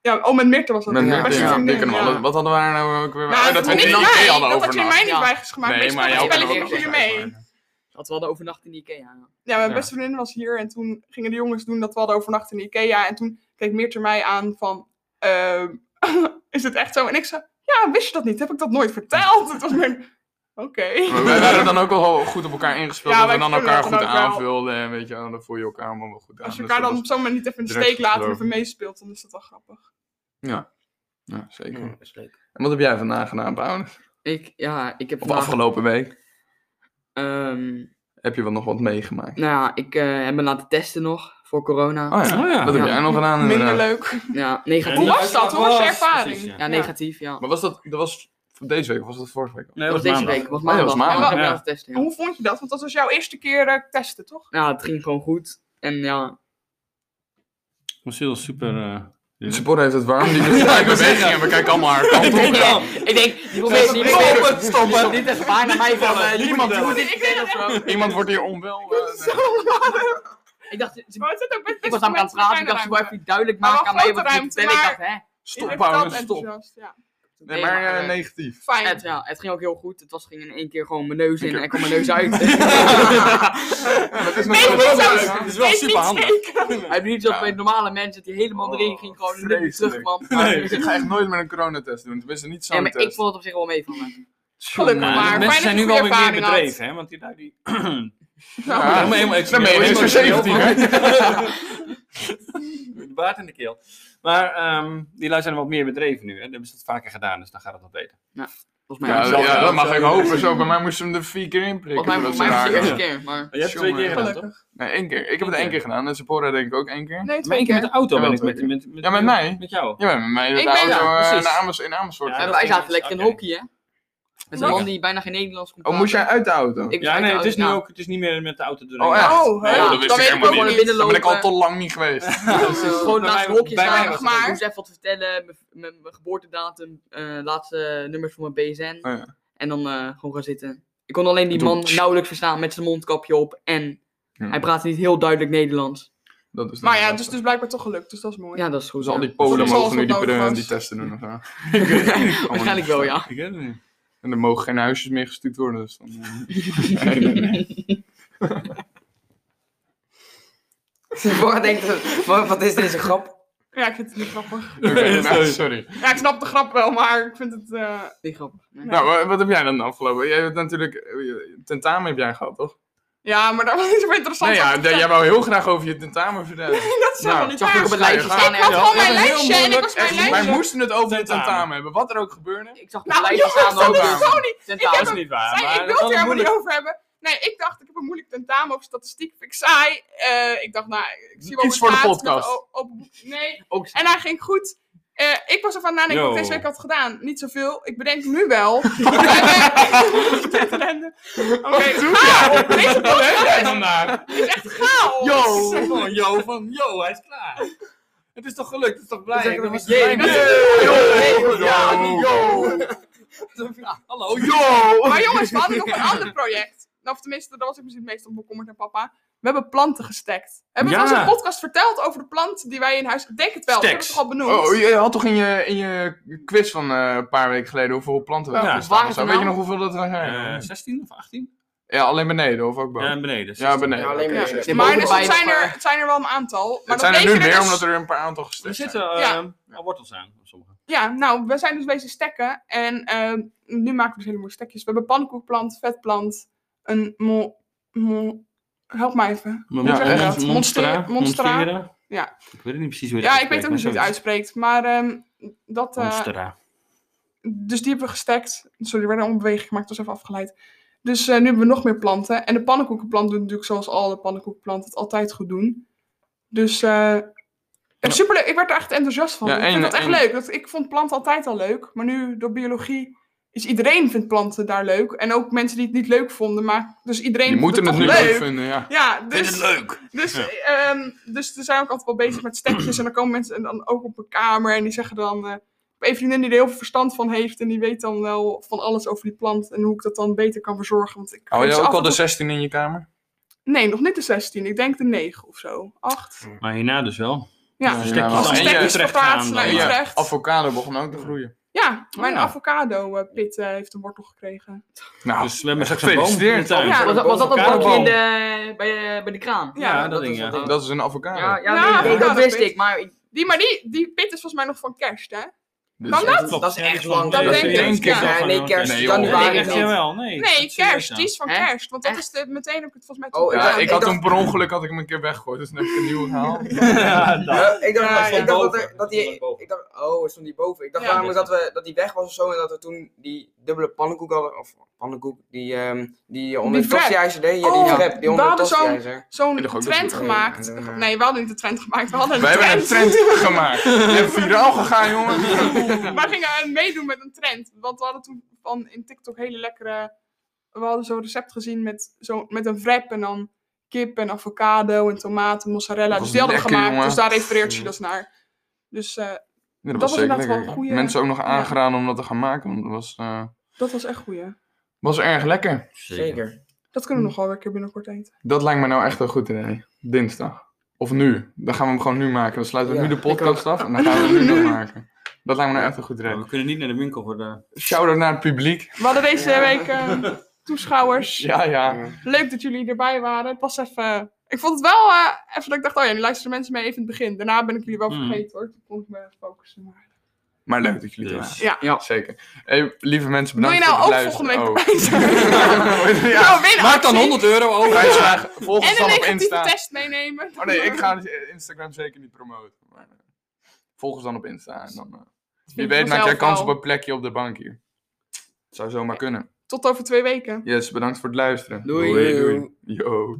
S3: ja, oh, met Mirte was dat.
S2: Met
S5: Ja,
S2: Nick,
S3: Best
S2: ja,
S3: wel een
S2: Nick en
S3: ding, ja.
S2: alles. Wat hadden we daar nou ook weer
S3: Nou,
S2: Oh, dat
S3: dat
S2: we
S3: niet
S2: die
S3: bij,
S2: twee hadden
S3: dat had je mij
S2: overnacht.
S3: niet
S4: Ja.
S3: bijgemaakt.
S2: Nee, maar
S3: ik
S2: jij
S3: snap
S2: kan
S3: het
S2: er
S3: spelletje
S2: ook
S3: voor je
S2: nog
S3: mee.
S4: Want we hadden overnacht in de Ikea.
S3: Ja, mijn
S2: Ja.
S3: beste vriendin was hier en toen gingen de jongens doen dat we hadden overnacht in de Ikea. En toen keek Meertje mij aan van, ehm, is het echt zo? En ik zei, ja, wist je dat niet? Heb ik dat nooit verteld? Het was mijn, oké.
S2: Maar wij waren dan ook wel goed op elkaar ingespeeld.
S3: Ja,
S2: dat
S3: wij
S2: we dan
S3: kunnen
S2: elkaar
S3: dat
S2: goed
S3: dan ook wel.
S2: aanvulden. En weet je, wel, dan voel je elkaar allemaal wel goed aan.
S3: Als je
S2: Dus
S3: elkaar
S2: dat
S3: dan op zo'n manier niet even in de
S2: direct
S3: steek laat en
S2: geloof.
S3: even meespeelt, dan is dat wel grappig.
S2: was- Ja, zeker.
S5: Ja, dat is leuk.
S2: En wat heb jij vandaag gedaan, Paulus?
S4: Ik, ja, ik heb
S2: Of
S4: vandaag,
S2: afgelopen week?
S4: ehm,
S2: Heb je wat nog wat meegemaakt?
S4: nou ja, ik eh, heb me laten testen nog. voor corona.
S2: Oh ja,
S1: Oh ja.
S2: dat heb
S4: Ja.
S2: jij nog gedaan
S3: Minder
S2: inderdaad.
S3: leuk.
S4: Ja, negatief.
S3: Hoe
S1: Ja,
S3: was dat? Hoe was je ervaring?
S1: Precies, ja.
S4: Ja, negatief, ja.
S2: Maar was dat, dat was van deze week of was dat vorige week? al?
S1: Nee,
S4: Dat was
S1: was
S4: deze
S1: maandag.
S4: week, was
S2: Oh ja,
S4: maandag.
S2: was maandag,
S4: Ja, we
S1: ja.
S4: waren testen,
S3: En
S4: ja.
S3: hoe vond je dat? Want dat was jouw eerste keer eh, testen, toch?
S4: Ja, het ging gewoon goed. En ja,
S1: was heel super. eh,
S2: De supporter heeft het warm, die doet zijn bewegingen en we kijken allemaal haar kant op.
S4: ik denk, die probeert niet meer.
S2: Stoppen, stoppen!
S4: Niet echt bijna mij van, eh, je moet
S2: Niemand
S4: niet doen,
S2: wil
S4: dit is dit of zo.
S2: Iemand wordt hier onwel. eh, nee.
S4: Ik dacht, ze-
S3: Maar het zit Oh, ook best
S4: ik
S3: best
S4: was namelijk aan het
S3: mensen in
S4: praten, ik
S3: kleine
S4: dacht, ze wil
S3: ruimte.
S4: even duidelijk
S3: Maar
S4: maken
S3: wel
S4: aan mij
S3: grote
S4: wat ik
S3: ruimte,
S4: vertellen. Ik
S3: maar-
S4: dacht, hè.
S3: Ik
S2: Stop,
S3: werd wel
S2: Paulus, stop.
S3: enthousiast, ja.
S2: Nee, maar eh,
S4: eh,
S2: negatief.
S4: Het,
S3: Fijn.
S4: ja, het ging ook heel goed. Het was, ging in één keer gewoon mijn neus in
S2: Oké.
S4: en kwam mijn neus uit.
S2: Ja, dat is
S3: Nee,
S2: nog
S3: niet
S2: wel-
S3: zelfs.
S2: dat is wel
S3: Wees
S2: super
S3: niet
S2: handig.
S4: Hij heeft niet zoals
S2: Ja.
S4: bij normale mensen dat die helemaal
S2: Oh,
S4: erin ging. Gewoon niet meer terug,
S2: vreselijk.
S4: man.
S1: Nee,
S2: Ik ga echt nooit meer een coronatest doen. Tenminste, niet zo'n
S4: Ja, maar ik
S2: test.
S4: vond het op zich wel meevallen.
S3: Gelukkig
S1: Nou,
S3: maar.
S1: de
S3: Fijn
S1: mensen
S3: dat
S1: zijn
S3: je
S1: nu wel
S3: goede
S1: weer meer
S3: ervaring had.
S1: bedreven, hè? Want die lui die.
S2: Ja,
S1: Helemaal- helemaal
S2: Dan ben je
S1: helemaal
S2: niks voor
S1: emotioneel
S2: 17, hè?
S1: De baard in de keel. Maar ehm, die lui zijn wat meer bedreven nu. Hè? Dan hebben ze dat vaker gedaan, dus dan gaat het wat beter.
S4: Volgens mij.
S2: Ja,
S4: Volgens
S2: ja,
S1: ja,
S2: dat mag
S1: zo.
S2: ik hopen. Zo, bij mij moesten ze hem er vier keer in prikken.
S4: mij,
S2: Dat
S4: volgens
S2: ze
S4: mij was het de
S2: raar,
S4: eerste
S2: eh,
S4: keer. Maar
S1: Maar je hebt het twee
S2: Jongen,
S1: keer gedaan, toch?
S2: Nee, één keer. Ik heb het één keer gedaan. En Sephora denk ik ook één keer.
S3: Nee,
S1: Maar één
S3: twee
S1: keer met
S3: keer.
S1: de auto ben
S2: Jawel,
S1: ik met,
S2: twee
S1: met, met,
S2: Ja, met mij.
S1: Met jou.
S2: Ja, met mij.
S3: Ik
S2: De
S3: ben-
S2: auto
S1: ja,
S2: eh,
S1: precies.
S2: naar Amers, in Amersfoort.
S1: Ja,
S4: en
S1: dat
S4: wij
S1: ging
S4: zaten
S1: niet.
S4: lekker in
S1: Oké.
S4: hockey, hè? Met een
S1: Wat?
S4: man die bijna geen Nederlands kon
S2: Oh, moest jij uit de auto?
S4: Ik-
S1: Ja, nee, het is nu
S4: Ja.
S1: ook het is niet meer met de auto doorheen.
S2: Oh, echt?
S3: Oh, hè?
S2: Oh, dat wist
S3: Dan
S2: ik
S3: weet ik
S2: helemaal
S3: ook wel
S2: niet.
S3: een
S4: binnen
S2: Daar ben ik al
S4: lopen.
S2: te lang niet geweest.
S4: Gewoon
S1: Bij
S4: naast
S1: mij-
S4: een hokje
S1: bij mij
S4: staan.
S1: was
S3: dat
S4: Ik
S3: ook.
S4: moest even wat vertellen. mijn- Mijn mijn geboortedatum, eh, laatste nummers van mijn BSN.
S2: Oh, ja.
S4: En dan eh, gewoon gaan zitten. Ik kon alleen die
S2: Toen-
S4: man nauwelijks verstaan met zijn mondkapje op. En
S2: Ja.
S4: hij praatte niet heel duidelijk Nederlands.
S2: Dat is
S3: Maar ja,
S2: lastig.
S3: dus, dus blijkbaar toch gelukt, dus dat is mooi.
S4: Ja, dat is goed.
S2: Dus al
S4: ja.
S2: die Polen
S3: Soms
S2: mogen nu
S3: als
S2: die,
S3: het nodig
S2: eh,
S3: was.
S2: die testen doen of zo.
S4: Waarschijnlijk wel, ja.
S1: Ik weet het niet.
S2: En er mogen geen huisjes meer gestuurd worden. Dus dan, eh, nee, nee, nee.
S5: Bora denkt, eh, wat wat is deze grap?
S3: Ja, ik vind het niet grappig.
S2: Oké,
S1: Nee,
S2: nou,
S1: sorry.
S2: sorry.
S3: Ja, ik snap de grap wel, maar ik vind het... eh,
S4: Die grappig. Nee.
S2: Nou, wa- wat heb jij dan afgelopen? Jij hebt natuurlijk eh, tentamen heb jij gehad, toch?
S3: Ja, maar daar was niet zo interessant.
S2: Nee, ja,
S3: aan te
S2: d- jij
S3: vertellen.
S2: wou heel graag over je tentamen vertellen.
S3: Dat is helemaal
S2: Nou,
S3: niet
S4: zag ik
S3: waar.
S4: op het lijstje
S2: ga je
S4: staan.
S3: Ik had
S4: en-
S3: gewoon mijn
S1: Dat is heel
S3: lijstje en ik
S1: moeilijk.
S3: was mijn
S1: Echt,
S3: lijstje.
S2: Wij moesten het over je
S1: Tentamen.
S2: tentamen hebben, wat er ook gebeurde.
S4: Ik zag op het
S3: Nou,
S4: lijstje
S3: jongens,
S4: staan
S3: dat
S4: ook.
S3: is
S4: eh,
S3: zo niet.
S1: Dat
S4: tentamen.
S1: is niet waar.
S3: Zei,
S1: maar
S3: ik
S1: dat is
S3: wil het er
S1: wel
S3: helemaal niet
S1: moeilijk.
S3: over hebben. Nee, ik dacht, ik heb een moeilijk tentamen over statistiek. Vind ik saai. Eh, ik dacht, nou, ik zie wel hoe het
S2: Iets voor de
S3: gaat met
S2: podcast.
S3: o- open boek. Nee,
S4: Ook zo.
S3: en hij ging goed. Eh, ik was ervan aan nadenken wat ik
S1: Yo.
S3: deze week had gedaan. Niet zoveel. Ik bedenk nu wel. eh, Dit ellende. Oké, gaal. Deze podcast
S1: vandaag?
S3: is echt gaal.
S1: Yo! Gewoon yo van yo, hij is klaar. Het is toch gelukt, het is toch blij? Ik ben
S4: nog
S1: best blij
S4: eens
S1: mee.
S2: Yo! Yo!
S1: Hallo, yo!
S2: Yo!
S3: Maar jongens, we hadden nog een ander project. Nou, of tenminste, daar was ik misschien het meest op bekommerd aan papa. We hebben planten gestekt. Hebben we
S1: Ja.
S3: in onze podcast verteld over de planten die wij in huis... Ik denk het wel, ik heb het
S1: Steks.
S3: toch al benoemd.
S2: Oh, je had toch in je, in je quiz van eh, een paar weken geleden hoeveel planten we
S1: Ja.
S2: hebben
S4: Waar
S2: staan? of
S4: het
S2: zo? Weet je nog
S4: nou?
S2: hoeveel dat we zijn?
S1: Eh, 16 of 18?
S2: ja, alleen beneden of ook boven?
S1: Ja, beneden.
S2: Ja,
S1: 16.
S2: beneden.
S5: Ja, Nou, alleen
S2: Oké,
S5: maar-
S2: zes.
S4: Nee,
S3: Maar
S4: boven
S3: dus
S4: bij
S3: het
S4: de
S3: zijn, er,
S4: par.
S3: het zijn er wel een aantal. Maar
S2: Het zijn er
S3: dat
S2: nu
S3: deze
S2: meer
S3: dus-
S2: omdat er een paar aantal
S1: Er
S2: gesteld
S1: zitten
S2: zijn.
S1: eh,
S3: Ja.
S1: al wortels aan, sommige.
S3: Ja, nou, we zijn dus bezig stekken. En ehm, nu maken we dus hele mooie stekjes. We hebben pannenkoekplant, vetplant, een mo... mo help mij even.
S1: Maar
S2: Ja,
S1: mon-
S2: echt.
S1: mon- Monstra.
S3: Monster- Monstera.
S1: Monstera.
S3: Ja.
S1: Ik weet het niet precies hoe je
S3: Ja,
S1: het
S3: ik weet ook niet
S1: uitspreekt,
S3: hoe je het
S1: maar
S3: uitspreekt. Maar ehm, dat... eh,
S1: zoiets. Monstera.
S3: Dus die hebben we gestekt. Sorry, er werd een ombeweging gemaakt, dat was even afgeleid. Dus eh, nu hebben we nog meer planten. En de pannenkoekenplant doet natuurlijk zoals alle pannenkoekenplanten het altijd goed doen. Dus eh superleuk. Ik werd er echt enthousiast van.
S2: Ja,
S3: ik
S2: en-
S3: vind dat echt
S2: en-
S3: leuk. Dat, ik vond planten altijd al leuk. Maar nu door biologie is iedereen vindt planten daar leuk. En ook mensen die het niet leuk vonden. Maar dus iedereen
S2: Je moet
S3: vindt
S2: hem
S3: het
S2: het nu
S3: toch
S2: leuk
S3: leuk.
S2: vinden, ja.
S3: Ja,
S1: Vind
S3: dus
S1: het leuk?
S3: dus,
S1: Ja.
S3: ehm, dus we zijn ook altijd wel bezig met stekjes. En dan komen mensen dan ook op een kamer en die zeggen dan... eh, ik heb een vriendin die er heel veel verstand van heeft en die weet dan wel van alles over die plant en hoe ik dat dan beter kan verzorgen. Want ik
S2: Hou
S3: geef
S2: Oh, je
S3: ze
S2: ook
S3: af
S2: al dus-
S3: en
S2: de
S3: toe-
S2: 16 in je kamer?
S3: Nee, nog niet de 16. Ik denk de 9 of zo. 8.
S1: Maar hierna dus wel.
S3: Ja,
S2: Ja,
S1: Dus stekjes
S2: maar-
S1: allemaal
S2: En je-
S3: stekjes
S1: Utrecht
S3: verplaatst
S1: gaan
S3: naar
S1: dan.
S2: Ja,
S3: Utrecht.
S2: Avocado begon ook te groeien.
S3: Ja, mijn
S1: ja.
S3: avocado-pit eh, heeft een wortel gekregen.
S2: Nou,
S1: Dus we hebben straks een boom in de
S2: gefeliciteerd.
S1: tuin.
S3: Ja,
S4: Was dat- was dat een
S1: Boven
S4: bakje in
S1: elkaar.
S4: de, bij, de, bij de kraan?
S3: Ja,
S1: dat ding,
S4: is
S1: ja.
S4: wat
S2: Dat is een avocado.
S4: Ja, ja,
S3: Ja,
S4: nee, nee,
S3: ja,
S4: dat
S3: dat
S4: wist
S3: weet-
S4: ik, maar ik,
S3: Die, maar die, die pit is volgens mij nog van kerst, hè?
S2: Dit
S3: Kan
S2: is
S3: dat?
S2: echt-
S1: Klopt,
S5: Dat is
S1: ja,
S5: echt
S1: die
S5: lang.
S1: klopt.
S3: Dat
S1: Ja,
S3: denk
S1: die
S3: ik,
S1: denk
S3: ja.
S1: wel
S5: Ja,
S1: van,
S5: nee,
S1: eh,
S5: kerst,
S1: nee,
S5: dan
S1: joh.
S5: waren
S1: Nee,
S5: het
S1: echt
S5: niet.
S1: jawel, nee.
S3: Nee,
S1: Serieus
S3: kerst.
S1: dan.
S3: Die is van
S4: Hè?
S3: kerst. Want dat
S4: Echt?
S3: is de, meteen heb ik het volgens mij
S5: Oh,
S3: toen
S2: Ja,
S5: Ja,
S2: ik
S5: ik
S2: had
S5: dacht-
S2: hem per ongeluk had ik hem een keer weggegooid, dus dan heb ik een nieuwe gehaald.
S1: Ja, dat.
S5: Eh, ik dacht,
S3: Ja,
S5: dat-
S3: ja.
S5: ik dacht dat, er,
S1: Boven.
S5: dat
S1: Dat
S5: die...
S1: is boven.
S5: Ik dacht, oh, stond die boven. Ik dacht
S3: Ja.
S5: namelijk dat, we, dat die weg was of zo. En dat we toen die dubbele pannenkoek hadden. Of Annekoek, die, ehm die onder het
S3: wrap.
S5: tastjijzer deed. Ja, die
S3: Oh,
S5: wrap, die
S3: we
S5: onder het
S3: hadden zo'n-
S5: tastjijzer.
S3: Zo'n
S2: Jullie gooien ook
S3: trend
S2: dat soort-
S3: gemaakt.
S5: eh, eh.
S3: Nee, we hadden niet de trend gemaakt. We hadden een
S2: We hebben een
S3: trend.
S2: trend gemaakt. Je hebt viraal gegaan, jongen.
S3: Maar we gingen meedoen met een trend. Want we hadden toen van in TikTok hele lekkere... We hadden zo'n recept gezien met, zo, met een wrap en dan kip en avocado en tomaten, mozzarella.
S2: Dat
S3: Dus
S2: was
S3: die hadden we
S2: lekker,
S3: gemaakt.
S2: jongen.
S3: Dus daar refereert Chilos naar. Dus eh,
S2: Ja,
S3: Dat
S2: dat,
S3: was
S2: was zeker
S3: inderdaad wel
S2: lekker.
S3: een goeie-
S2: Mensen ook nog
S3: ja.
S2: aangeraden om dat te gaan maken, want het was, eh,
S3: dat was echt goeie.
S2: was erg lekker.
S5: Zeker.
S3: Dat kunnen we nog
S2: Mm.
S3: wel weer een keer binnenkort eten.
S2: Dat lijkt me nou echt een goed idee. Dinsdag. Of nu. Dan gaan we hem gewoon nu maken. Dan sluiten we
S5: Ja,
S2: nu de podcast af en dan gaan we hem nu nog maken. Dat lijkt me nou echt een goed
S1: Maar
S2: idee.
S1: we kunnen niet naar de winkel voor de...
S2: Shout-out naar het publiek.
S3: We hadden deze
S5: Ja.
S3: week eh, toeschouwers.
S2: Ja, ja.
S5: Ja.
S3: Leuk dat jullie erbij waren. Het was even... Ik vond het wel eh, even dat ik dacht, oh ja, nu luisteren mensen mee even in het begin. Daarna ben ik jullie wel
S2: Hmm.
S1: Mm.
S3: vergeten hoor. Toen kon ik me focussen. Maar...
S2: Maar leuk dat jullie er
S1: Dus.
S3: Ja.
S2: waren. Zeker. Hey, lieve mensen,
S3: Wil je
S2: bedankt
S3: nou ook
S2: voor het
S3: volgende week
S2: luisteren.
S3: erbij zijn?
S2: Oh.
S3: Nou,
S2: ja.
S3: win
S1: Maak dan
S3: actie.
S1: 100 euro over.
S2: Prijsvraag. Volg ons
S3: En een
S2: dan op
S3: negatieve
S2: Insta.
S3: test meenemen.
S2: Oh nee, ik ga Instagram zeker niet promoten. Maar, eh, volg ons dan op Insta. En dan, eh, wie
S3: ik
S2: weet maak jij
S3: vanzelf
S2: kans op
S3: wel.
S2: een plekje op de bank hier. Zou zomaar kunnen.
S3: Tot over twee weken.
S2: Yes, bedankt voor het luisteren.
S5: Doei.
S2: Yo.